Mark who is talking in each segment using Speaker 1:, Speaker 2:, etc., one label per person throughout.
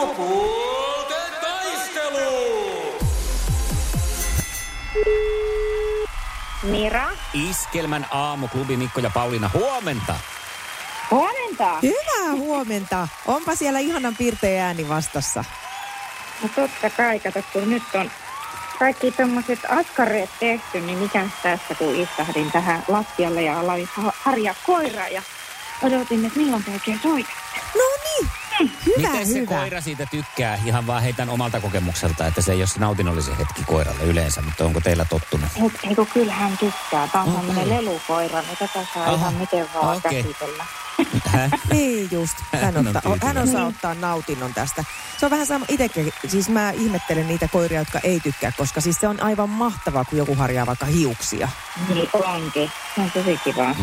Speaker 1: Sukupuolten taistelu!
Speaker 2: Mira,
Speaker 3: Iskelmän aamuklubi Mikko ja Pauliina, huomenta.
Speaker 2: huomenta.
Speaker 4: Hyvää huomenta. Onpa siellä ihanan piirtein ääni vastassa.
Speaker 2: No totta kai, kato kun nyt on kaikki tommoset askareet tehty, niin mikäs tässä kun istahdin tähän lattialle ja aloin ha- harjaa koiraa ja odotin, että milloin te oikein soitatte.
Speaker 4: No niin, hyvä,
Speaker 3: Miten se
Speaker 4: hyvä.
Speaker 3: koira siitä tykkää? Ihan vaan heitän omalta kokemukselta, että se ei ole se nautinnollisen hetki koiralle yleensä, mutta onko teillä tottunut?
Speaker 2: Et, eiku, kyllähän tykkää. Tämä on
Speaker 3: Okei.
Speaker 2: tämmöinen lelukoira, niin tätä saa
Speaker 3: Aha.
Speaker 2: ihan miten vaan
Speaker 3: Okei.
Speaker 2: käsitellä.
Speaker 3: Häh?
Speaker 4: Niin just, hän,
Speaker 3: Hän on
Speaker 4: ottaa, hän
Speaker 3: tyytyväinen.
Speaker 4: osaa ottaa nautinnon tästä. Se on vähän sama itsekin, siis mä ihmettelen niitä koiria, jotka ei tykkää, koska siis se on aivan mahtavaa, kun joku harjaa vaikka hiuksia.
Speaker 2: Niin onkin. Se on tosi kivaa.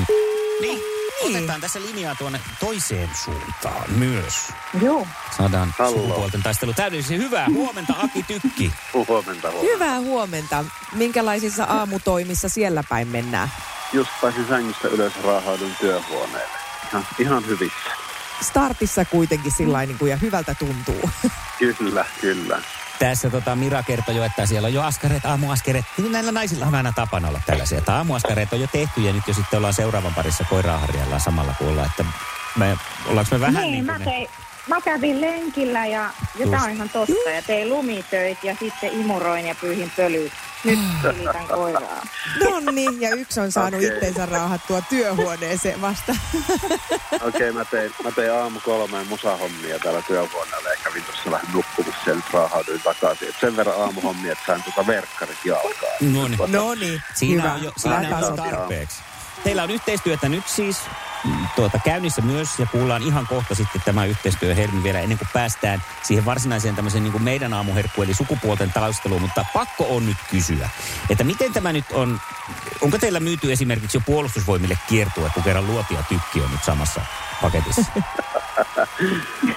Speaker 3: niin, otetaan tässä linjaa tuonne toiseen suuntaan myös.
Speaker 2: Joo.
Speaker 3: Saadaan
Speaker 5: Hallo.
Speaker 3: sukupuolten taistelu täydellisesti. Hyvää huomenta, Aki Tykki.
Speaker 5: Huomenta, huomenta.
Speaker 4: Hyvää huomenta. Minkälaisissa aamutoimissa siellä päin mennään?
Speaker 5: Just pääsin sängystä ylös raahaudun työhuoneelle. Ihan, ihan hyvissä.
Speaker 4: Startissa kuitenkin sillä niin kuin, ja hyvältä tuntuu.
Speaker 5: Kyllä, kyllä.
Speaker 3: Tässä tota Mira kertoi jo, että siellä on jo askareet, aamuaskareet. Niin näillä naisilla on aina tapana olla tällaisia. Että aamuaskareet on jo tehty ja nyt jo sitten ollaan seuraavan parissa koiraa harjaillaan samalla kuin ollaan. Että me, ollaanko me vähän
Speaker 2: niin,
Speaker 3: niin
Speaker 2: mä,
Speaker 3: kuin ne-
Speaker 2: tein, mä kävin lenkillä ja, ja tää on
Speaker 3: Just.
Speaker 2: ihan totta. Ja tein lumitöit ja sitten imuroin ja pyyhin pölyt. Nyt silitän koiraa.
Speaker 4: No niin, ja yksi on saanut
Speaker 5: Okei.
Speaker 4: itsensä raahattua työhuoneeseen vasta.
Speaker 5: Okei, okay, mä, tein, mä tein aamu kolmeen musahommia täällä työhuoneella ja kävin tuossa vähän nukkumassa ja nyt raahauduin takaisin. Et sen verran aamuhommia, että sain tuota verkkarit jalkaan.
Speaker 3: No niin.
Speaker 4: No niin,
Speaker 3: Siinä
Speaker 4: hyvä.
Speaker 3: on jo siinä on jo
Speaker 4: tasolla.
Speaker 3: tarpeeksi. Teillä on yhteistyötä nyt siis mm, tuota, käynnissä myös ja kuullaan ihan kohta sitten tämä yhteistyö Helmi vielä ennen kuin päästään siihen varsinaiseen tämmöiseen niin kuin meidän aamuherkku eli sukupuolten taisteluun, mutta pakko on nyt kysyä, että miten tämä nyt on, onko teillä myyty esimerkiksi jo puolustusvoimille kiertue, kun kerran luotia tykki on nyt samassa paketissa?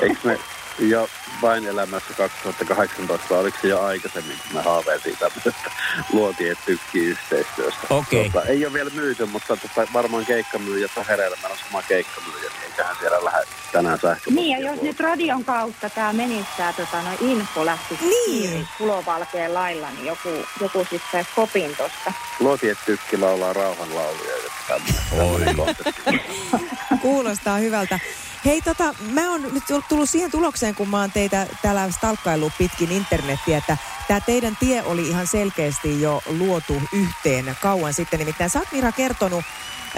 Speaker 5: Eikö me jo vain elämässä 2018, vai oliko se jo aikaisemmin, kun me haaveiltiin tämmöistä luotien tykki yhteistyöstä.
Speaker 3: Okei.
Speaker 5: Tota, ei ole vielä myyty, mutta tota, varmaan keikkamyyjä tai hereillä meillä on sama keikkamyyjä, niin eiköhän siellä lähde tänään sähkö.
Speaker 2: Niin, ja jos nyt radion kautta tämä menisi, tämä tota, no info lähtisi
Speaker 4: Niin.
Speaker 2: niin. pulovalkeen lailla, niin joku, joku sitten saisi kopin tosta.
Speaker 5: Luotien tykki laulaa rauhanlauluja ja tämmöinen. tämmöinen konsepti.
Speaker 4: Kuulostaa hyvältä. Hei tota, mä oon nyt tullut siihen tulokseen, kun mä oon teitä täällä stalkkaillut pitkin internettiä, että tämä teidän tie oli ihan selkeästi jo luotu yhteen kauan sitten. Nimittäin sä oot Mira kertonut,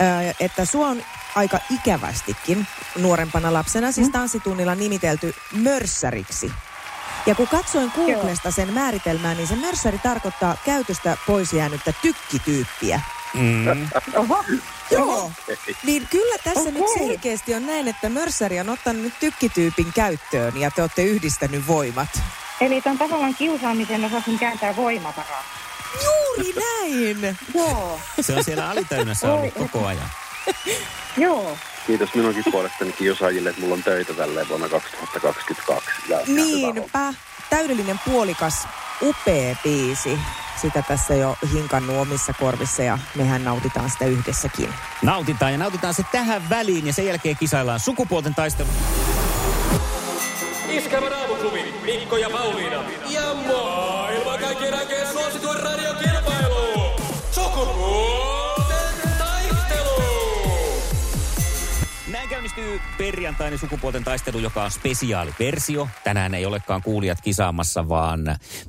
Speaker 4: ö, että sua on aika ikävästikin nuorempana lapsena, siis tanssitunnilla nimitelty mörssäriksi. Ja kun katsoin Googlesta sen määritelmää, niin se mörssäri tarkoittaa käytöstä pois jäänyttä tykkityyppiä.
Speaker 3: Mm.
Speaker 2: Oho,
Speaker 4: Joo. Niin kyllä tässä nyt
Speaker 2: Okei.
Speaker 4: selkeästi on näin, että Mörsäri on ottanut nyt tykkityypin käyttöön ja te olette yhdistänyt voimat.
Speaker 2: eli tämän tavallaan kiusaamisen osasin kääntää voimavaraa.
Speaker 4: Juuri näin!
Speaker 2: Joo,
Speaker 3: Se on siellä alitäynnässä ollut koko ajan.
Speaker 2: joo.
Speaker 5: Kiitos minunkin puolestani kiusaajille, että mulla on töitä tälleen vuonna 2022. Ja ja
Speaker 2: Niin.
Speaker 5: hyvä homma.
Speaker 4: Niinpä. Täydellinen puolikas, upea biisi. Sitä tässä jo hinkannut omissa korvissa ja mehän nautitaan sitä yhdessäkin.
Speaker 3: Nautitaan ja nautitaan se tähän väliin ja sen jälkeen kisaillaan sukupuolten taistelu.
Speaker 1: Iskävä raamuklubi Mikko ja Pauliina. Ja maailman kaikkien aikeen suosituen radiokilpailu. Sukupuolten taistelu.
Speaker 3: Näin käynnistyy perjantainen sukupuolten taistelu, joka on spesiaaliversio. Tänään ei olekaan kuulijat kisaamassa, vaan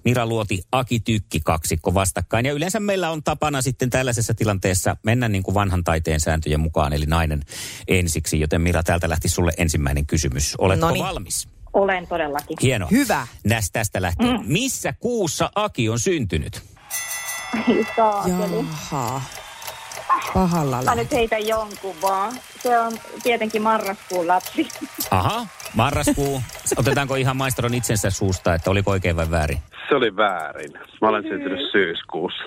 Speaker 3: Mira Luoti, Aki Tykki kaksikko vastakkain. Ja yleensä meillä on tapana sitten tällaisessa tilanteessa mennä niin kuin vanhan taiteen sääntöjen mukaan, eli nainen ensiksi. Joten Mira, täältä lähti sulle ensimmäinen kysymys. Oletko
Speaker 4: Noniin.
Speaker 3: valmis?
Speaker 2: Olen todellakin.
Speaker 3: Hienoa.
Speaker 4: Hyvä.
Speaker 3: Näs tästä lähtee. Mm. Missä kuussa Aki on syntynyt?
Speaker 2: Saakeli.
Speaker 4: Jaha. Pahalla
Speaker 2: Mä
Speaker 4: lähtee.
Speaker 2: nyt heitä jonkun vaan. Se on tietenkin marraskuun lapsi.
Speaker 3: Aha, marraskuu. Otetaanko ihan maisteron itsensä suusta, että oliko oikein vai väärin?
Speaker 5: Se oli väärin. Mä olen
Speaker 2: Niin.
Speaker 5: syntynyt syyskuussa.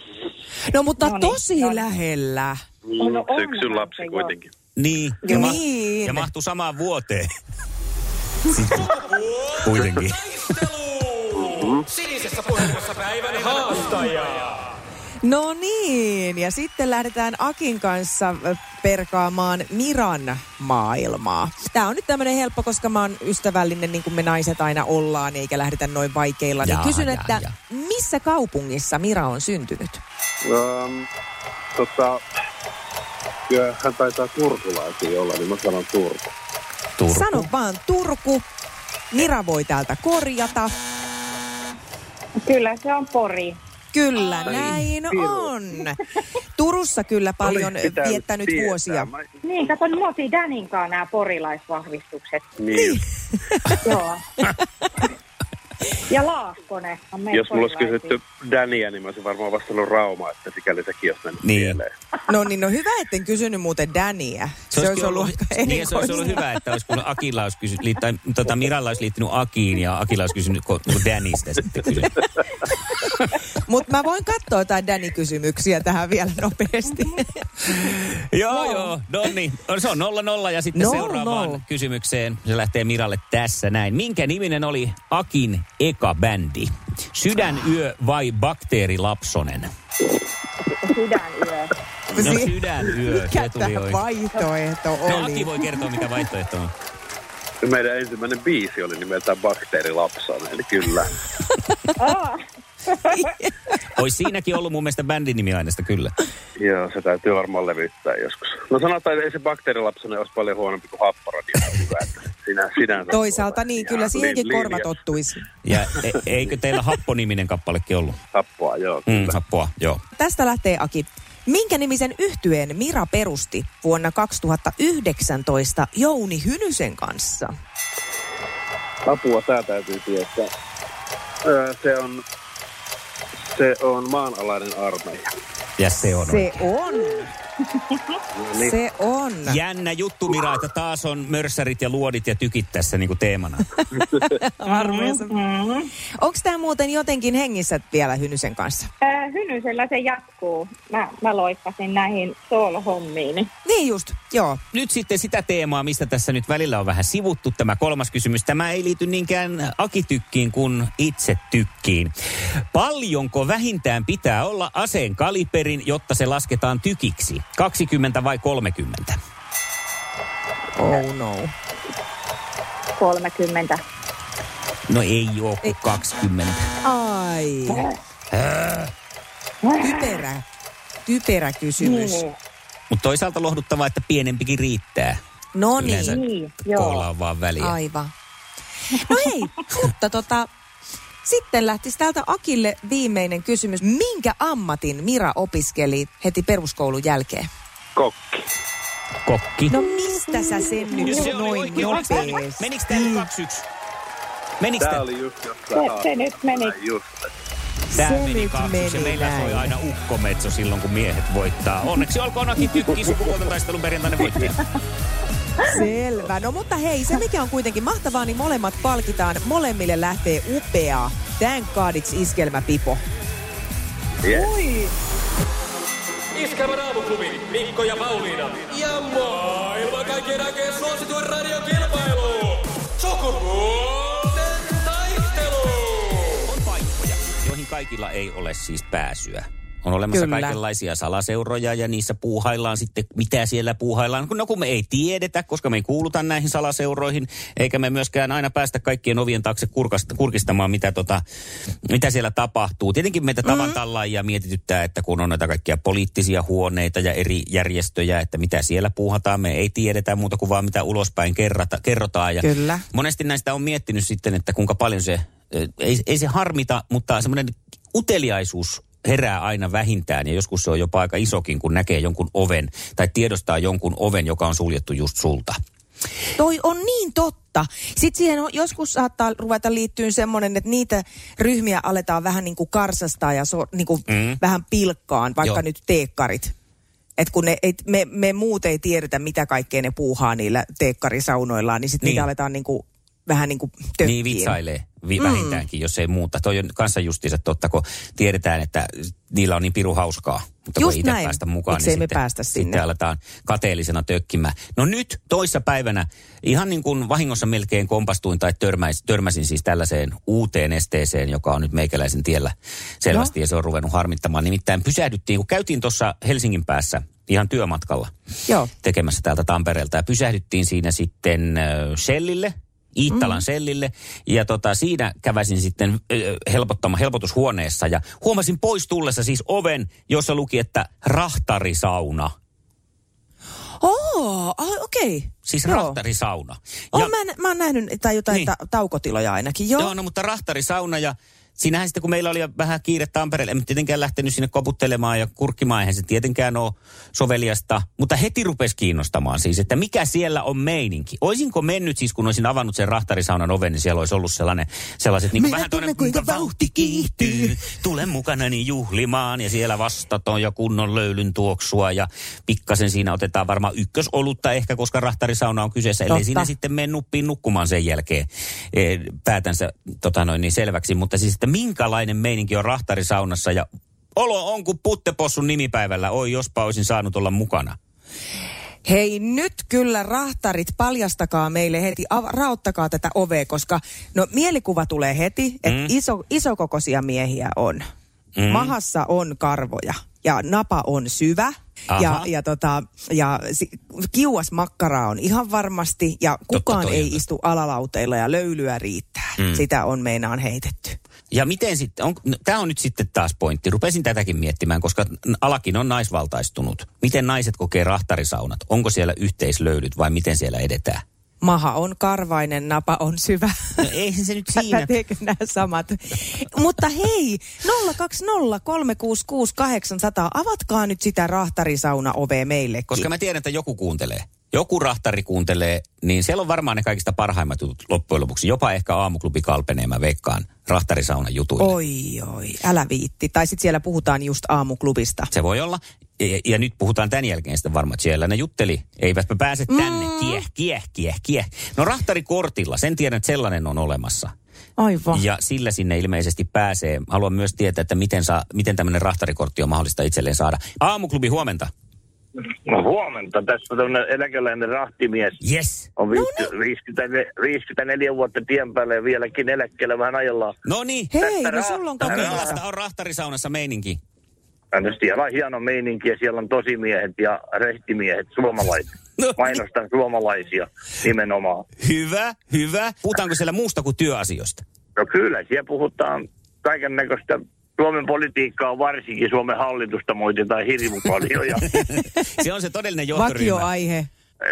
Speaker 4: No mutta
Speaker 2: Noniin,
Speaker 4: tosi
Speaker 2: noniin.
Speaker 4: lähellä.
Speaker 2: No, no,
Speaker 5: Syksyn
Speaker 2: onhan
Speaker 5: lapsi
Speaker 2: se, joo.
Speaker 5: kuitenkin.
Speaker 3: Niin.
Speaker 4: Joo.
Speaker 3: ma-
Speaker 4: Niin.
Speaker 3: ja mahtuu samaan vuoteen. Kuitenkin.
Speaker 1: Taistelu! Sinisessä puhelimessa päivän haastaja.
Speaker 4: No niin, ja sitten lähdetään Akin kanssa perkaamaan Miran maailmaa. Tämä on nyt tämmöinen helppo, koska mä oon ystävällinen niin kuin me naiset aina ollaan, eikä lähdetä noin vaikeilla. Niin
Speaker 3: Jaa,
Speaker 4: kysyn,
Speaker 3: jaa,
Speaker 4: että
Speaker 3: jaa.
Speaker 4: missä kaupungissa Mira on syntynyt?
Speaker 5: Um, tota, kyllä hän taitaa turkulaisia olla, niin mä sanon Turku.
Speaker 3: Turku.
Speaker 4: Sano vaan Turku. Mira voi täältä korjata.
Speaker 2: Kyllä se on pori.
Speaker 4: Kyllä, näin
Speaker 5: piru.
Speaker 4: on. Turussa kyllä paljon
Speaker 5: Olisi pitänyt
Speaker 4: viettänyt
Speaker 5: tietää.
Speaker 4: vuosia.
Speaker 5: Mä-
Speaker 2: Niin, kato, me oltiin Daninkaan nämä porilaisvahvistukset.
Speaker 5: Niin,
Speaker 2: Joo. Ja Laakkonen.
Speaker 4: Niin.
Speaker 5: jos mulla olisi kysytty Dania, niin mä olisin varmaan vastannut Rauma, että sikäli sekin olisi mennyt
Speaker 3: Niin.
Speaker 5: mieleen.
Speaker 4: No niin, no hyvä, etten kysynyt muuten Däniä. Se, olisi ollut, aika
Speaker 3: niin, ja se olisi ollut
Speaker 4: erikoista.
Speaker 3: hyvä, että olisi, kun Akilla olisi kysy, li, tai, tota, Miralla olisi liittynyt Akiin ja Akilla olisi kysynyt ko, niin kuin Danista sitten kysynyt.
Speaker 4: Mutta mä voin katsoa jotain Dani-kysymyksiä tähän vielä nopeasti.
Speaker 3: joo, joo. No niin. Se on nolla nolla ja sitten
Speaker 4: Noll,
Speaker 3: seuraavaan
Speaker 4: noll.
Speaker 3: kysymykseen. Se lähtee Miralle tässä näin. Minkä niminen oli Akin eka bändi? Sydänyö vai Bakteerilapsonen?
Speaker 2: Sydänyö.
Speaker 3: No
Speaker 4: Si-
Speaker 3: sydänyö,
Speaker 4: Mikä
Speaker 3: se tuli
Speaker 4: tämä
Speaker 3: oikein.
Speaker 4: vaihtoehto
Speaker 3: No Aki
Speaker 4: oli?
Speaker 3: voi kertoa, mikä vaihtoehto on.
Speaker 5: Ja meidän ensimmäinen biisi oli nimeltään Bakteerilapsanen, eli kyllä.
Speaker 2: Oh,
Speaker 3: Olisi siinäkin ollut mun mielestä bändin nimiaineesta kyllä.
Speaker 5: Joo, se täytyy varmaan levyttää joskus. No sanotaan, että ei se bakteerilapsonen olisi paljon huonompi kuin happarodia. Hyvä, että Sinä, sinänsä
Speaker 4: Toisaalta
Speaker 5: tulee
Speaker 4: niin,
Speaker 5: ihan
Speaker 4: kyllä siihenkin
Speaker 5: lin-
Speaker 4: korva
Speaker 5: linjassa.
Speaker 4: tottuisi.
Speaker 3: Ja e- eikö teillä Happo-niminen kappalekin ollut?
Speaker 5: Happoa, joo.
Speaker 3: Mm,
Speaker 5: Kyllä.
Speaker 3: happoa, joo.
Speaker 4: Tästä lähtee Aki. Minkä nimisen yhtyeen Mira perusti vuonna 2019 Jouni Hynysen kanssa?
Speaker 5: Apua, tää täytyy tietää. Öö, se on, se on maanalainen armeija.
Speaker 3: Ja se on.
Speaker 4: Se on,
Speaker 5: No niin.
Speaker 4: se on.
Speaker 3: Jännä juttu, Mira, että taas on mörsärit ja luodit ja tykit tässä niinku teemana.
Speaker 4: Armeijassa. Onko tämä muuten jotenkin hengissä vielä Hynysen kanssa?
Speaker 2: Ää, Hynysellä se jatkuu. Mä, mä loikkasin näihin soolhommiin.
Speaker 4: Niin just, joo.
Speaker 3: Nyt sitten sitä teemaa, mistä tässä nyt välillä on vähän sivuttu, tämä kolmas kysymys. Tämä ei liity niinkään akitykkiin kuin itse tykkiin. Paljonko vähintään pitää olla aseen kaliberin, jotta se lasketaan tykiksi? 20 vai 30?
Speaker 4: Oh no.
Speaker 2: 30.
Speaker 3: No ei oo kuin 20.
Speaker 4: Ai. Typerä, typerä kysymys.
Speaker 2: Niin,
Speaker 3: Mutta toisaalta lohduttavaa, että pienempikin riittää.
Speaker 4: No
Speaker 3: Yleensä
Speaker 4: niin,
Speaker 2: niin, joo.
Speaker 3: Koolla on vaan väliä.
Speaker 4: aivan. No hei, mutta tota, sitten lähtisi täältä Akille viimeinen kysymys. Minkä ammatin Mira opiskeli heti peruskoulun jälkeen?
Speaker 5: Kokki.
Speaker 3: Kokki.
Speaker 4: No mistä sä sen nyt
Speaker 3: Ja Niin, se oli
Speaker 4: noin
Speaker 3: oikein vastaus.
Speaker 4: nopeesti? Niin.
Speaker 3: Menikö tämä kaksi yksi? Menikö
Speaker 5: Tää
Speaker 3: tää?
Speaker 5: oli just jossain
Speaker 2: Se, se nyt meni.
Speaker 5: Ai Just.
Speaker 3: Tää
Speaker 4: se
Speaker 3: meni
Speaker 4: nyt
Speaker 3: kaksi yksi. ja
Speaker 4: meni
Speaker 3: Meillä soi
Speaker 4: näin.
Speaker 3: aina ukkometso silloin, kun miehet voittaa. Onneksi olkoon Aki Tykki sukupuolten taistelun perjantainen voittaja.
Speaker 4: Selvä. No mutta hei, se mikä on kuitenkin mahtavaa, niin molemmat palkitaan. Molemmille lähtee upea Thank God It's iskelmäpipo.
Speaker 5: Yes.
Speaker 1: Iskävä raamuklubi, Mikko ja Pauliina. Ja maailman kaikkien aikeen suosituen radiokilpailu. Sukupuolten taistelu.
Speaker 3: On paikkoja, joihin kaikilla ei ole siis pääsyä. On olemassa
Speaker 4: Kyllä.
Speaker 3: Kyllä. kaikenlaisia salaseuroja ja niissä puuhaillaan sitten, mitä siellä puuhaillaan. No kun me ei tiedetä, koska me ei kuuluta näihin salaseuroihin, eikä me myöskään aina päästä kaikkien ovien taakse kurkasta, kurkistamaan, mitä, tota, mitä siellä tapahtuu. Tietenkin
Speaker 4: Mm.
Speaker 3: meitä tavan tallaajia mietityttää, että kun on näitä kaikkia poliittisia huoneita ja eri järjestöjä, että mitä siellä puuhataan, me ei tiedetä muuta kuin vaan mitä ulospäin kerrata, kerrotaan. Ja
Speaker 4: Kyllä.
Speaker 3: Monesti näistä on miettinyt sitten, että kuinka paljon se, ö, ei, ei se harmita, mutta semmoinen uteliaisuus herää aina vähintään ja joskus se on jopa aika isokin, kun näkee jonkun oven tai tiedostaa jonkun oven, joka on suljettu just sulta.
Speaker 4: Toi on niin totta. Sitten siihen on, joskus saattaa ruveta liittyyn semmoinen, että niitä ryhmiä aletaan vähän niin kuin karsastaa ja so, niin kuin mm. vähän pilkkaan, vaikka
Speaker 3: Joo.
Speaker 4: Joo. nyt teekkarit. Et kun ne, et me, me muut ei tiedetä, mitä kaikkea ne puuhaa niillä teekkarisaunoillaan, niin sitten
Speaker 3: Niin.
Speaker 4: niitä aletaan niin kuin, vähän niin kuin tökkiin.
Speaker 3: Niin vitsailee vi-
Speaker 4: Mm.
Speaker 3: vähintäänkin, jos ei muuta. Toi on kanssa justiinsa totta, kun tiedetään, että niillä on niin piru hauskaa. Mutta kun
Speaker 4: Just
Speaker 3: ei itse
Speaker 4: näin.
Speaker 3: päästä mukaan,
Speaker 4: Miksei
Speaker 3: niin
Speaker 4: me
Speaker 3: sitten,
Speaker 4: päästä sinne?
Speaker 3: sitten aletaan kateellisena tökkimään. No nyt toissa päivänä ihan niin kuin vahingossa melkein kompastuin tai törmäis, törmäsin siis tällaiseen uuteen esteeseen, joka on nyt meikäläisen tiellä selvästi ja se on ruvennut harmittamaan. Nimittäin pysähdyttiin, kun käytiin tuossa Helsingin päässä ihan työmatkalla
Speaker 4: Joo.
Speaker 3: tekemässä täältä Tampereelta ja pysähdyttiin siinä sitten ö, Sellille, Iittalan mm. Sellille ja tota, siinä käväsin sitten ö, helpottama, helpotushuoneessa ja huomasin pois tullessa siis oven, jossa luki, että rahtarisauna.
Speaker 4: Oo, oh, okei. Okay.
Speaker 3: Siis Joo. rahtarisauna.
Speaker 4: Oh, mä, en- mä oon nähnyt, tai jotain
Speaker 3: Niin.
Speaker 4: niin. ta- taukotiloja ainakin, joo.
Speaker 3: Joo, no mutta rahtarisauna ja siinähän sitten kun meillä oli vähän kiire Tampereelle, emme tietenkään lähtenyt sinne koputtelemaan ja kurkkimaan, eihän se tietenkään ole soveliasta, mutta heti rupesi kiinnostamaan siis, että mikä siellä on meininki. Oisinko mennyt siis, kun olisin avannut sen rahtarisaunan oven, niin siellä olisi ollut sellainen, sellaiset niin kuin
Speaker 4: Minä
Speaker 3: vähän
Speaker 4: tunnen, kuinka vauhti
Speaker 3: kiihtyy, tule Niin, mukanani juhlimaan ja siellä vastat on ja kunnon löylyn tuoksua ja pikkasen siinä otetaan varmaan ykkösolutta ehkä, koska rahtarisauna on kyseessä, ellei
Speaker 4: Totta.
Speaker 3: siinä sitten mene nuppiin nukkumaan sen jälkeen eh, päätänsä tota noin, niin selväksi. Mutta siis, että minkälainen meininki on rahtarisaunassa ja olo on kuin puttepossun nimipäivällä. Oi, jospa olisin saanut olla mukana.
Speaker 4: Hei, nyt kyllä rahtarit paljastakaa meille heti, av- rauttakaa tätä ovea, koska no mielikuva tulee heti, että
Speaker 3: Mm.
Speaker 4: mm. iso, isokokoisia miehiä on. Mm. Mahassa on karvoja ja napa on syvä.
Speaker 3: Aha.
Speaker 4: Ja, ja, tota, ja si- kiuas makkara on ihan varmasti ja kukaan
Speaker 3: toi on
Speaker 4: ei
Speaker 3: totta.
Speaker 4: istu alalauteilla ja löylyä riittää. Mm. Sitä on meinaan heitetty.
Speaker 3: Ja miten sitten, on, no, tämä on nyt sitten taas pointti. Rupesin tätäkin miettimään, koska n- alakin on naisvaltaistunut. Miten naiset kokee rahtarisaunat? Onko siellä yhteislöylyt vai miten siellä edetään?
Speaker 4: Maha on karvainen, napa on syvä.
Speaker 3: No eihän se nyt
Speaker 4: Siinä.
Speaker 3: siinä.
Speaker 4: Päteekö nämä samat? Mutta hei, 020366800, avatkaa nyt sitä rahtarisauna-ovea meillekin.
Speaker 3: Koska mä tiedän, että joku kuuntelee. Joku rahtari kuuntelee, niin siellä on varmaan ne kaikista parhaimmat jutut loppujen lopuksi. Jopa ehkä aamuklubi kalpenee, mä veikkaan, rahtarisaunan jutuille.
Speaker 4: Oi, oi, älä viitti. Tai sitten siellä puhutaan just aamuklubista.
Speaker 3: Se voi olla. Ja, ja nyt puhutaan tämän jälkeen sitten varmaan, että siellä ne jutteli. Eivätpä pääse tänne. Mm. Kieh, kieh, kieh, kieh. No rahtarikortilla, sen tiedän, että sellainen on olemassa.
Speaker 4: Aivan.
Speaker 3: Ja sillä sinne ilmeisesti pääsee. Haluan myös tietää, että miten, saa, miten tämmöinen rahtarikortti on mahdollista itselleen saada. Aamuklubi, huomenta.
Speaker 6: No huomenta. Tässä on tämmöinen eläkeläinen rahtimies.
Speaker 3: Yes.
Speaker 6: On 50, 54, 54 vuotta tien päälle ja vieläkin eläkkeellä vähän ajellaan.
Speaker 3: No niin.
Speaker 4: Hei,
Speaker 6: Tästä
Speaker 4: no sulla on
Speaker 6: rahtari-
Speaker 4: kokemusta.
Speaker 3: Millaista on rahtarisaunassa meininki?
Speaker 6: Ja nyt siellä on hieno meininki ja siellä on tosimiehet ja rehtimiehet, suomalaiset.
Speaker 3: No niin.
Speaker 6: Mainostan suomalaisia nimenomaan.
Speaker 3: Hyvä, hyvä. Puhutaanko siellä muusta kuin työasioista?
Speaker 6: No kyllä, siellä puhutaan kaiken näköistä Suomen politiikkaa, varsinkin Suomen hallitusta moititaan hirmu paljon. Ja,
Speaker 3: Se on se todellinen johtoryhmä.
Speaker 4: Vakioaihe.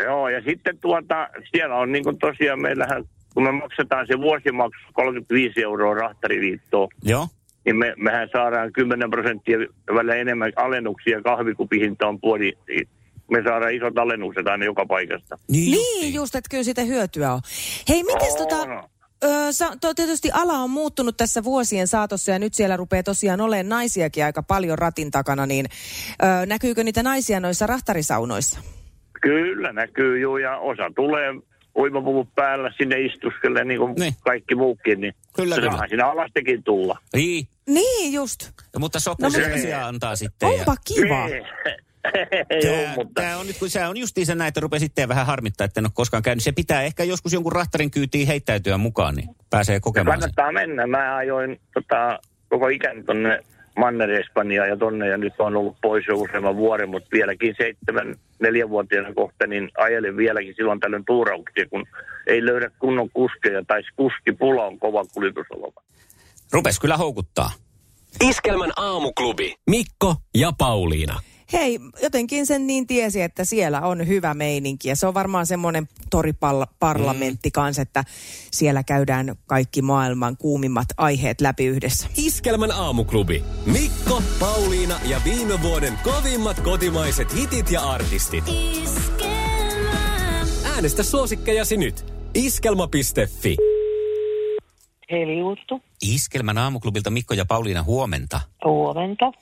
Speaker 6: joo, ja sitten tuota, siellä on niin kuin tosiaan meillähän, kun me maksetaan se vuosimaksu 35 euroa rahtariliittoon,
Speaker 3: Joo.
Speaker 6: niin me, mehän saadaan 10 prosenttia välillä enemmän alennuksia kahvikupihinta on puoli. niin Me saadaan isot alennukset aina joka paikasta.
Speaker 4: Niin just, että kyllä siitä hyötyä on. Hei, mites
Speaker 6: On.
Speaker 4: tota... Öö, sa, to, tietysti ala on muuttunut tässä vuosien saatossa ja nyt siellä rupeaa tosiaan olemaan naisiakin aika paljon ratin takana, niin öö, näkyykö niitä naisia noissa rahtarisaunoissa?
Speaker 6: Kyllä näkyy juu ja osa tulee uimapuvut päällä sinne istuskelee niin kuin
Speaker 3: Niin.
Speaker 6: kaikki muukin. Niin
Speaker 3: Kyllä,
Speaker 6: saahan
Speaker 3: kyllä.
Speaker 6: siinä alastekin tulla.
Speaker 3: Niin.
Speaker 4: Niin just.
Speaker 3: Mutta sopu
Speaker 4: No,
Speaker 3: no,
Speaker 6: mutta-
Speaker 3: se antaa sitten. ja-
Speaker 4: Onpa kiva.
Speaker 6: Niin. Ei
Speaker 3: Tää,
Speaker 6: ole, mutta
Speaker 3: tää on nyt, kun se on justiinsa näin, että rupesi sitten vähän harmittaa, että en ole koskaan käynyt. Se pitää ehkä joskus jonkun rahtarin kyytiin heittäytyä mukaan, niin pääsee kokemaan sen.
Speaker 6: kannattaa mennä. Mä ajoin tota, koko ikäni tonne Manner-Espanjaan ja tonne, ja nyt on ollut pois jo useamman vuoden, mutta vieläkin seitsemän, neljänvuotiaana kohta, niin ajelin vieläkin silloin tällöin tuurauksia, kun ei löydä kunnon kuskeja, tai kuskipula on kova kuljetusalalla.
Speaker 3: Rupes kyllä houkuttaa.
Speaker 1: Iskelmän aamuklubi. Mikko ja Pauliina.
Speaker 4: Hei, jotenkin sen niin tiesi, että siellä on hyvä meininki ja se on varmaan semmoinen toriparlamentti mm. kanssa, että siellä käydään kaikki maailman kuumimmat aiheet läpi yhdessä.
Speaker 1: Iskelmän aamuklubi. Mikko, Pauliina ja viime vuoden kovimmat kotimaiset hitit ja artistit. Äänestä suosikkejasi nyt. Iskelma.fi.
Speaker 7: Heli Uuttu,
Speaker 3: Iskelmän aamuklubilta Mikko ja Pauliina huomenta.
Speaker 7: huomenta.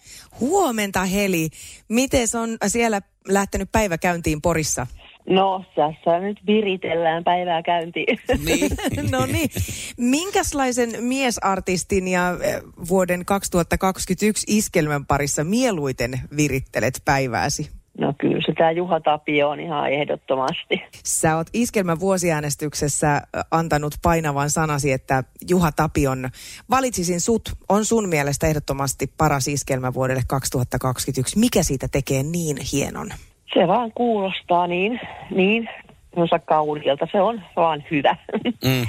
Speaker 4: Huomenta Heli, miten on siellä lähtenyt päivä käyntiin Porissa?
Speaker 7: No, tässä nyt viritellään päivää käyntiin.
Speaker 3: Niin.
Speaker 4: no niin. Minkäslaisen miesartistin ja eh, vuoden 2021 iskelmän parissa mieluiten virittelet päivääsi?
Speaker 7: No kyllä se tämä Juha Tapio on ihan ehdottomasti.
Speaker 4: Sä oot iskelmän vuosiäänestyksessä ö, antanut painavan sanasi, että Juha Tapion valitsisin sut on sun mielestä ehdottomasti paras iskelmä vuodelle 2021. Mikä siitä tekee niin hienon?
Speaker 7: Se vaan kuulostaa niin, niin noissa kauniilta. Se on vaan hyvä.
Speaker 3: Mm.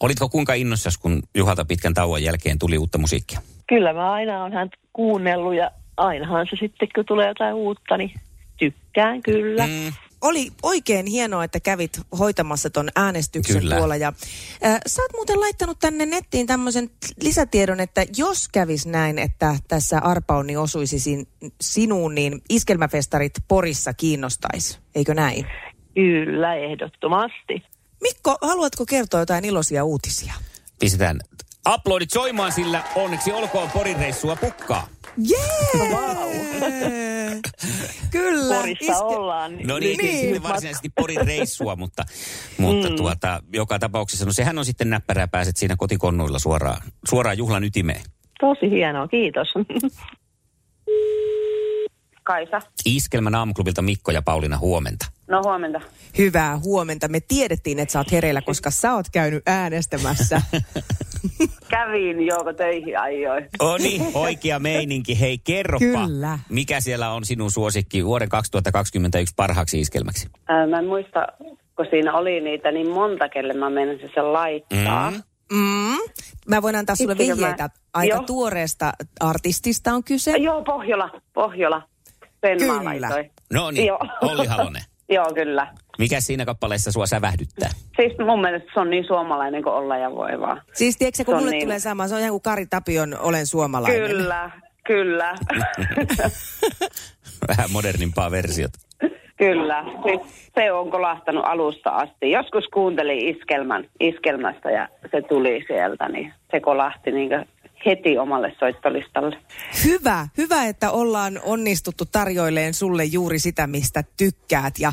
Speaker 3: Olitko kuinka innossas, kun Juhalta pitkän tauon jälkeen tuli uutta musiikkia?
Speaker 7: kyllä mä aina on hän kuunnellut ja ainahan se sitten, kun tulee jotain uutta, niin tykkään kyllä. Mm.
Speaker 4: Oli oikein hienoa, että kävit hoitamassa ton äänestyksen
Speaker 3: Kyllä.
Speaker 4: tuolla. Ja, äh, sä oot muuten laittanut tänne nettiin tämmöisen lisätiedon, että jos kävis näin, että tässä arpauni osuisi sin, sinuun, niin iskelmäfestarit Porissa kiinnostaisi. Eikö näin?
Speaker 7: Kyllä, ehdottomasti.
Speaker 4: Mikko, haluatko kertoa jotain iloisia uutisia?
Speaker 3: Pistetään uploadit soimaan, sillä onneksi olkoon Porin reissua pukkaa.
Speaker 4: Jee! Kyllä.
Speaker 7: Porissa ollaan.
Speaker 3: No niin, niin.
Speaker 4: Niin.
Speaker 3: sitten varsinaisesti Porin reissua, mutta, mutta mm. tuota, joka tapauksessa, no sehän on sitten näppärää, pääset siinä kotikonnuilla suoraan, suoraan juhlan ytimeen.
Speaker 7: Tosi hienoa, kiitos.
Speaker 8: Kaisa.
Speaker 3: Iskelmän aamuklubilta Mikko ja Pauliina huomenta.
Speaker 8: No huomenta.
Speaker 4: Hyvää huomenta. Me tiedettiin, että sä oot hereillä, koska sä oot käynyt äänestämässä.
Speaker 8: Kävin joko töihin ajoin.
Speaker 3: Oh niin, oikea meininki. Hei, kerropa,
Speaker 4: Kyllä.
Speaker 3: mikä siellä on sinun suosikki vuoden 2021 parhaaksi iskelmäksi?
Speaker 8: Ää, mä en muista, kun siinä oli niitä niin monta, kelle mä meinasin sen laittaa.
Speaker 3: Mm.
Speaker 8: Mm.
Speaker 4: Mm. Mä voin antaa sulle
Speaker 8: Itsekö mä-
Speaker 4: vihjeitä. Aika
Speaker 8: Joo.
Speaker 4: tuoreesta artistista on kyse.
Speaker 8: Joo, Pohjola, Pohjola. Sen
Speaker 4: Kyllä.
Speaker 8: mä laitoin.
Speaker 3: No niin,
Speaker 8: Joo.
Speaker 3: Olli Halonen.
Speaker 8: Joo, kyllä.
Speaker 3: Mikä siinä kappaleessa sua sävähdyttää?
Speaker 8: Siis mun mielestä se on niin suomalainen kuin olla ja voi vaan.
Speaker 4: Siis tiedätkö, kun
Speaker 8: Se on
Speaker 4: mulle
Speaker 8: niin.
Speaker 4: tulee sama, se on ihan kuin Kari Tapion Olen suomalainen.
Speaker 8: Kyllä, kyllä.
Speaker 3: Vähän modernimpaa versiota.
Speaker 8: kyllä. Siis se on kolahtanut alusta asti. Joskus kuuntelin iskelmän, iskelmästä ja se tuli sieltä, niin se kolahti niin heti omalle soittolistalle.
Speaker 4: Hyvä, hyvä, että ollaan onnistuttu tarjoilleen sulle juuri sitä, mistä tykkäät. Ja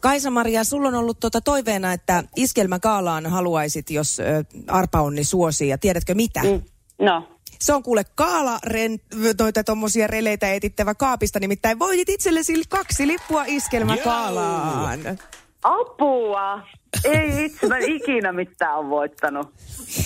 Speaker 4: Kaisa-Maria, sulla on ollut tuota toiveena, että iskelmäkaalaan haluaisit, jos ö, arpaonni suosii. Ja tiedätkö mitä? Mm.
Speaker 8: Mm. No,
Speaker 4: Se on kuule kaala ren, noita tommosia releitä etittävä kaapista. Nimittäin voitit itsellesi kaksi lippua iskelmäkaalaan.
Speaker 8: Apua! Ei itse, mä en ikinä mitään on voittanut.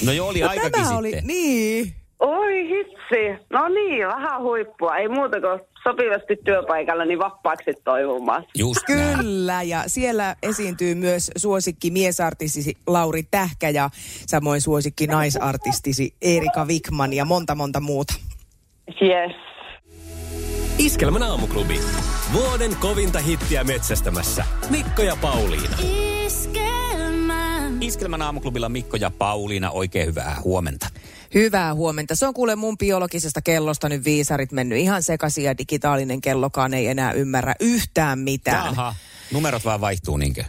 Speaker 3: No joo, oli
Speaker 4: No
Speaker 3: aikakin
Speaker 4: tämä
Speaker 3: sitten.
Speaker 4: oli, niin.
Speaker 8: Oi hitsi, no niin, vähän huippua. Ei muuta kuin sopivasti työpaikalla, niin vapaaksi toivomaan.
Speaker 3: Just näin.
Speaker 4: Kyllä, ja siellä esiintyy myös suosikki miesartistisi Lauri Tähkä ja samoin suosikki naisartistisi Erika Wickman ja monta monta muuta.
Speaker 8: Yes.
Speaker 1: Iskelmän aamuklubi. Vuoden kovinta hittiä metsästämässä. Mikko ja Pauliina.
Speaker 3: Iskelmän aamuklubilla Mikko ja Pauliina, oikein hyvää huomenta.
Speaker 4: Hyvää huomenta. Se on kuule mun biologisesta kellosta nyt viisarit mennyt ihan sekaisin ja digitaalinen kellokaan ei enää ymmärrä yhtään mitään.
Speaker 3: Jaha, numerot vaan vaihtuu niinkö?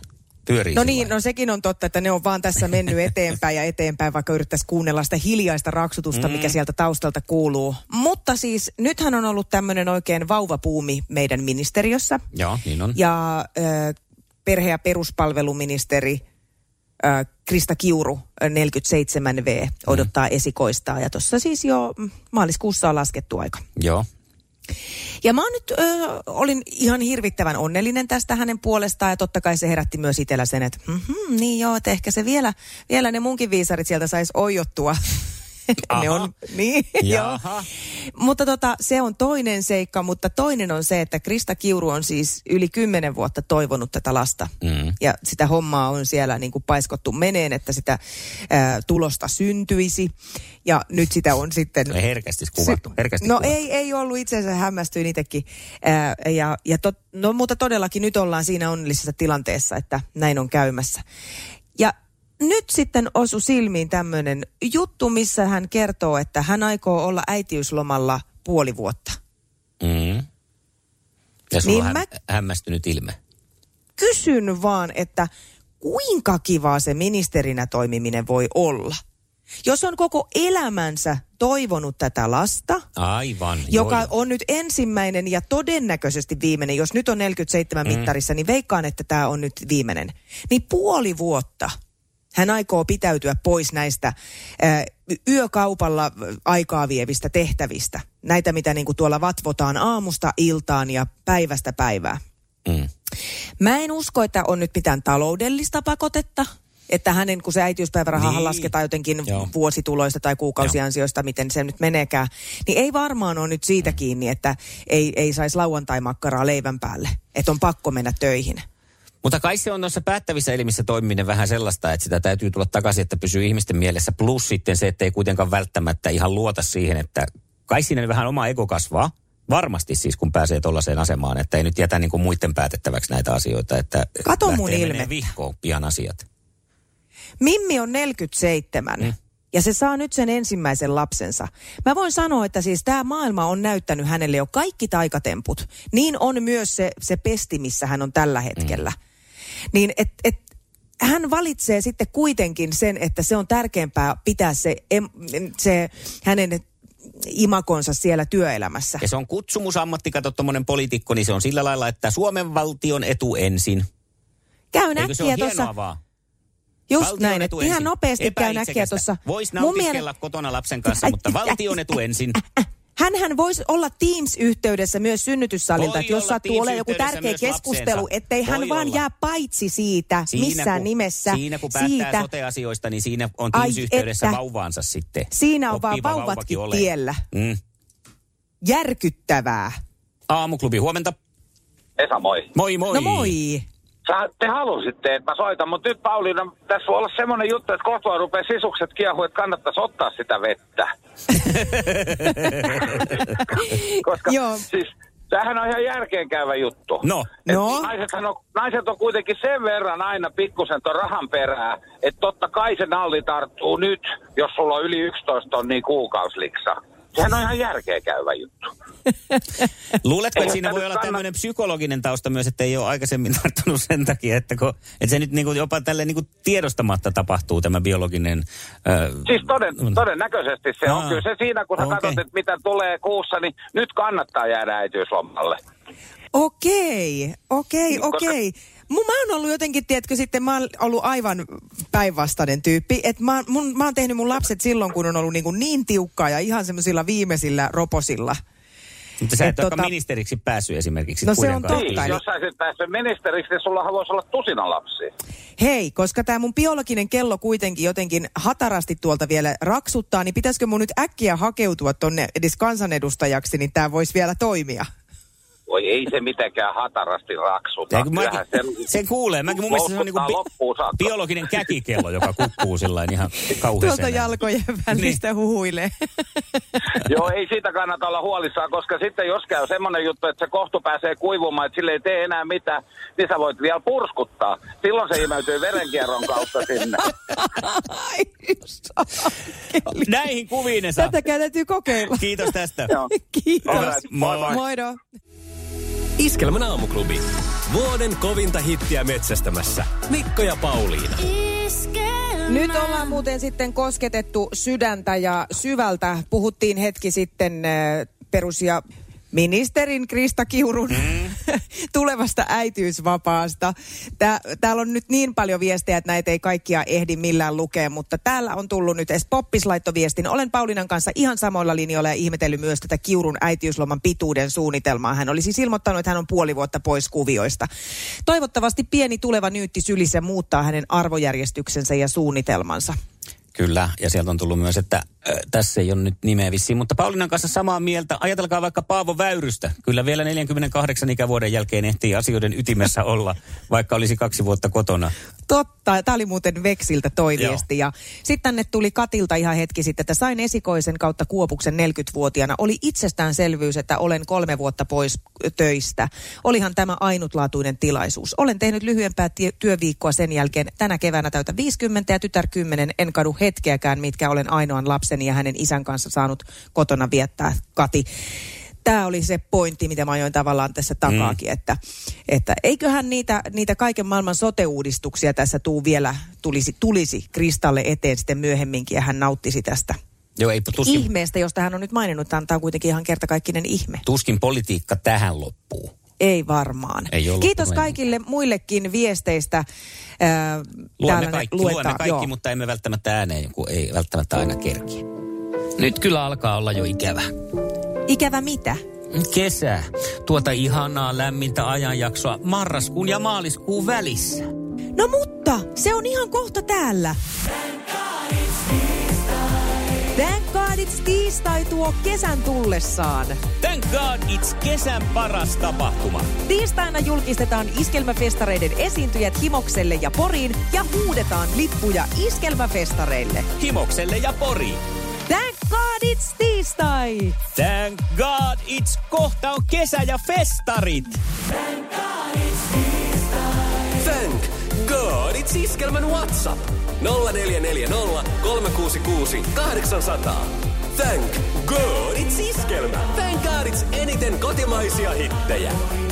Speaker 3: Pyörii
Speaker 4: No
Speaker 3: sillä
Speaker 4: niin,
Speaker 3: lailla.
Speaker 4: no sekin on totta, että ne on vaan tässä mennyt eteenpäin ja eteenpäin, vaikka yrittäisi kuunnella sitä hiljaista raksutusta, mm. mikä sieltä taustalta kuuluu. Mutta siis nythän on ollut tämmöinen oikein vauvapuumi meidän ministeriössä.
Speaker 3: Joo, niin on.
Speaker 4: Ja ö, perhe- ja peruspalveluministeri ö, Krista Kiuru, ö, 47V, odottaa esikoistaa. Ja tuossa siis jo mm, maaliskuussa on laskettu aika.
Speaker 3: Joo.
Speaker 4: Ja mä oon nyt, ö, olin ihan hirvittävän onnellinen tästä hänen puolestaan ja totta kai se herätti myös itsellä sen, että mhm, niin joo, että ehkä se vielä, vielä ne munkin viisarit sieltä saisi oijottua. ne
Speaker 3: Aha.
Speaker 4: on, niin, joo.
Speaker 3: Jaha.
Speaker 4: Mutta tota, se on toinen seikka, mutta toinen on se, että Krista Kiuru on siis yli kymmenen vuotta toivonut tätä lasta.
Speaker 3: Mm.
Speaker 4: Ja sitä hommaa on siellä niin kuin paiskottu meneen, että sitä ää, tulosta syntyisi. Ja nyt sitä on sitten
Speaker 3: No Herkästi kuvattu.
Speaker 4: se-
Speaker 3: Herkästi
Speaker 4: no
Speaker 3: kuvattu.
Speaker 4: ei, ei ollut itsensä, hämmästyin itsekin. Ää, ja, ja tot, no mutta todellakin nyt ollaan siinä onnellisessa tilanteessa, että näin on käymässä. Ja nyt sitten osu silmiin tämmöinen juttu, missä hän kertoo, että hän aikoo olla äitiyslomalla puoli vuotta.
Speaker 3: Mm. Ja sulla
Speaker 4: Niin
Speaker 3: on
Speaker 4: mä-
Speaker 3: mä... hämmästynyt ilme.
Speaker 4: Kysyn vaan, että kuinka kivaa se ministerinä toimiminen voi olla? Jos on koko elämänsä toivonut tätä lasta,
Speaker 3: Aivan.
Speaker 4: joka
Speaker 3: joo.
Speaker 4: on nyt ensimmäinen ja todennäköisesti viimeinen, jos nyt on 47 mm. mittarissa, niin veikkaan, että tämä on nyt viimeinen, niin puoli vuotta hän aikoo pitäytyä pois näistä äh, yökaupalla äh, aikaa vievistä tehtävistä. Näitä, mitä niin kuin tuolla vatvotaan aamusta iltaan ja päivästä päivää.
Speaker 3: Mm.
Speaker 4: Mä en usko, että on nyt mitään taloudellista pakotetta, että hänen, kun se äitiyspäiväraha
Speaker 3: Niin.
Speaker 4: niin. lasketaan jotenkin
Speaker 3: Joo.
Speaker 4: Joo. vuosituloista tai kuukausiansioista, miten se nyt meneekään, niin ei varmaan ole nyt siitä kiinni, että ei, ei saisi lauantai-makkaraa leivän päälle, että on pakko mennä töihin.
Speaker 3: Mutta kai se on noissa päättävissä elimissä toimiminen vähän sellaista, että sitä täytyy tulla takaisin, että pysyy ihmisten mielessä. Plus sitten se, että ei kuitenkaan välttämättä ihan luota siihen, että kai siinä vähän oma ego kasvaa. Varmasti siis, kun pääsee tuollaiseen asemaan, että ei nyt jätä niin kuin muiden päätettäväksi näitä asioita. Että
Speaker 4: Kato mun
Speaker 3: lähtee menee
Speaker 4: ilmettä.
Speaker 3: vihkoon pian asiat.
Speaker 4: Mimmi on 47
Speaker 3: Mm.
Speaker 4: mm. ja se saa nyt sen ensimmäisen lapsensa. Mä voin sanoa, että siis tämä maailma on näyttänyt hänelle jo kaikki taikatemput. Niin on myös se, se pesti, missä hän on tällä hetkellä. Mm. Niin et, et, hän valitsee sitten kuitenkin sen, että se on tärkeämpää pitää se, em, se hänen imakonsa siellä työelämässä.
Speaker 3: Ja se on kutsumusammatti, kato tuommoinen poliitikko, niin se on sillä lailla, että Suomen valtion etu ensin.
Speaker 4: Käyn
Speaker 3: Eikö se ole
Speaker 4: äkkiä tuossa,
Speaker 3: hienoa vaan?
Speaker 4: just
Speaker 3: Valtion
Speaker 4: näin,
Speaker 3: etu
Speaker 4: että ihan
Speaker 3: ensin.
Speaker 4: nopeasti käyn äkkiä
Speaker 3: Epäitsekästä.
Speaker 4: tuossa.
Speaker 3: Voisi
Speaker 4: Mun miele-
Speaker 3: nautiskella kotona lapsen kanssa, mutta valtion etu ensin.
Speaker 4: Hänhän voisi olla Teams-yhteydessä myös synnytyssalilta,
Speaker 3: Voi
Speaker 4: että jos
Speaker 3: olla
Speaker 4: sattuu olemaan joku
Speaker 3: Teams-yhteydessä
Speaker 4: tärkeä
Speaker 3: myös
Speaker 4: keskustelu,
Speaker 3: lapseensa.
Speaker 4: ettei hän
Speaker 3: Voi
Speaker 4: vaan
Speaker 3: olla.
Speaker 4: jää paitsi siitä missään
Speaker 3: kun,
Speaker 4: nimessä.
Speaker 3: Siinä kun päättää
Speaker 4: siitä,
Speaker 3: sote-asioista, niin siinä on
Speaker 4: Ai
Speaker 3: Teams-yhteydessä
Speaker 4: että.
Speaker 3: vauvaansa sitten.
Speaker 4: siinä on
Speaker 3: Oppii
Speaker 4: vaan vauvatkin
Speaker 3: olee.
Speaker 4: tiellä.
Speaker 3: Mm.
Speaker 4: Järkyttävää.
Speaker 3: Aamuklubi, huomenta.
Speaker 9: Esa, moi.
Speaker 3: Moi moi.
Speaker 4: No moi.
Speaker 9: Sä, te halusitte, että mä soitan, mutta nyt Pauliina, tässä voi olla semmoinen juttu, että kohta vaan rupeaa sisukset kiehuu, että kannattaisi ottaa sitä vettä. Koska
Speaker 4: Joo.
Speaker 9: Joo. siis tämähän on ihan järkeenkäyvä juttu.
Speaker 3: No.
Speaker 9: Et
Speaker 4: No.
Speaker 9: Naisethan on, naiset on kuitenkin sen verran aina pikkusen ton rahan perää, että totta kai se nalli tarttuu nyt, jos sulla on yli 11 tonnia kuukausiliksa. Sehän on ihan järkeenkäyvä juttu.
Speaker 3: Luuletko, että
Speaker 9: Ei
Speaker 3: siinä voi
Speaker 9: ottanut
Speaker 3: olla
Speaker 9: kannat-
Speaker 3: tämmöinen psykologinen tausta myös, että ei ole aikaisemmin tarttunut sen takia, että, kun, että se nyt niinku jopa tälle niinku tiedostamatta tapahtuu tämä biologinen... Ö,
Speaker 9: Siis toden, todennäköisesti se on.
Speaker 3: Aa,
Speaker 9: Kyllä se siinä, kun sä
Speaker 3: Mm. Ah, okei.
Speaker 9: okay. katsot, että mitä tulee kuussa, niin nyt kannattaa jäädä äitiyslomalle.
Speaker 4: Okei, okei,
Speaker 9: Niin, Koska-
Speaker 4: okei. Mun, mä oon ollut jotenkin, tiedätkö sitten, mä oon ollut aivan päinvastainen tyyppi. Että mä, mun, mä oon tehnyt mun lapset silloin, kun on ollut niin, kuin niin tiukkaa ja ihan semmoisilla viimeisillä roposilla.
Speaker 3: mutta sä et,
Speaker 4: et
Speaker 3: et
Speaker 4: tota-
Speaker 3: ministeriksi päässyt esimerkiksi.
Speaker 4: No se on
Speaker 3: kuitenkaan.
Speaker 4: totta,
Speaker 9: Niin,
Speaker 4: eli-
Speaker 9: jos sä olisit päässyt ministeriksi, niin sulla haluaisi olla tusina lapsia.
Speaker 4: Hei, koska tämä mun biologinen kello kuitenkin jotenkin hatarasti tuolta vielä raksuttaa, niin pitäisikö mun nyt äkkiä hakeutua tonne edes kansanedustajaksi, niin tämä voisi vielä toimia.
Speaker 9: Voi ei se mitenkään hatarasti raksuta.
Speaker 3: Ja kun mäkin,
Speaker 9: No Kyllähän
Speaker 3: sen kuulee. Mäkin mun mielestä se on niinku
Speaker 9: loukuttaa loppuun saakka.
Speaker 3: biologinen käkikello, joka kukkuu sillain ihan kauheeseen.
Speaker 4: Tuolta jalkojen välistä niin. huhuilee.
Speaker 9: Joo, ei siitä kannata olla huolissaan, koska sitten jos käy semmoinen juttu, että se kohtu pääsee kuivumaan, että sille ei tee enää mitään, niin sä voit vielä purskuttaa. Silloin se imeytyy verenkierron kautta sinne.
Speaker 4: Ai, just saakeli.
Speaker 3: Näihin kuviin ne saa.
Speaker 4: Tätäkään täytyy kokeilla.
Speaker 3: Kiitos tästä.
Speaker 9: Joo.
Speaker 4: Kiitos.
Speaker 9: Alright,
Speaker 3: moi moi.
Speaker 4: Moido.
Speaker 1: Iskelmän aamuklubi. Vuoden kovinta hittiä metsästämässä. Mikko ja Pauliina.
Speaker 4: Nyt ollaan muuten sitten kosketettu sydäntä ja syvältä. Puhuttiin hetki sitten äh, perus- ja ministerin Krista Kiurun tulevasta äitiysvapaasta. Tää, täällä on nyt niin paljon viestejä, että näitä ei kaikkia ehdi millään lukea, mutta täällä on tullut nyt es Poppis laittoi viestin. Olen Paulinan kanssa ihan samoilla linjoilla ja ihmetellyt myös tätä Kiurun äitiysloman pituuden suunnitelmaa. Hän oli siis ilmoittanut, että hän on puoli vuotta pois kuvioista. Toivottavasti pieni tuleva nyytti sylissä muuttaa hänen arvojärjestyksensä ja suunnitelmansa.
Speaker 3: Kyllä, ja sieltä on tullut myös, että äh, tässä ei ole nyt nimeä vissiin, mutta Paulinan kanssa samaa mieltä. Ajatelkaa vaikka Paavo Väyrystä. Kyllä vielä 48 ikävuoden jälkeen ehtii asioiden ytimessä olla, vaikka olisi kaksi vuotta kotona.
Speaker 4: Totta, tämä oli muuten Veksiltä toi
Speaker 3: Joo.
Speaker 4: viesti. Ja sitten tänne tuli Katilta ihan hetki sitten, että sain esikoisen kautta Kuopuksen 40-vuotiaana. Oli itsestäänselvyys, että olen kolme vuotta pois töistä. Olihan tämä ainutlaatuinen tilaisuus. Olen tehnyt lyhyempää tie- työviikkoa sen jälkeen. Tänä keväänä täytän 50 ja tytär 10. En kadu hetkeäkään, mitkä olen ainoan lapseni ja hänen isän kanssa saanut kotona viettää, Kati. tämä oli se pointti, mitä mä ajoin tavallaan tässä takaakin, mm. että, että eiköhän niitä, niitä kaiken maailman sote-uudistuksia tässä tuu vielä, tulisi, tulisi Kristalle eteen sitten myöhemminkin ja hän nauttisi tästä
Speaker 3: Joo, ei tuskin,
Speaker 4: ihmeestä, josta hän on nyt maininnut. Tämä on kuitenkin ihan kertakaikkinen ihme.
Speaker 3: tuskin politiikka tähän loppuu.
Speaker 4: Ei varmaan.
Speaker 3: Ei ollut
Speaker 4: Kiitos
Speaker 3: loppujen.
Speaker 4: kaikille muillekin viesteistä. Äh,
Speaker 3: Luemme
Speaker 4: täällä ne
Speaker 3: kaikki,
Speaker 4: luetaan,
Speaker 3: luemme kaikki
Speaker 4: joo.
Speaker 3: mutta emme välttämättä ääneen, kun ei välttämättä aina kerkiä. Nyt kyllä alkaa olla jo ikävä.
Speaker 4: Ikävä mitä?
Speaker 3: Kesä. Tuota ihanaa lämmintä ajanjaksoa marraskuun ja maaliskuun välissä.
Speaker 4: No mutta, se on ihan kohta täällä. Thank God it's tiistai tuo kesän tullessaan.
Speaker 3: Thank God it's kesän paras tapahtuma.
Speaker 4: Tiistaina julkistetaan iskelmäfestareiden esiintyjät Himokselle ja Poriin ja huudetaan lippuja iskelmäfestareille.
Speaker 3: Himokselle ja Pori.
Speaker 4: Thank God it's tiistai!
Speaker 3: Thank God it's kohta on kesä ja festarit.
Speaker 1: Thank God it's iskelmän WhatsApp. 0440 366 800. Thank God it's iskelmä. Thank God it's eniten kotimaisia hittejä.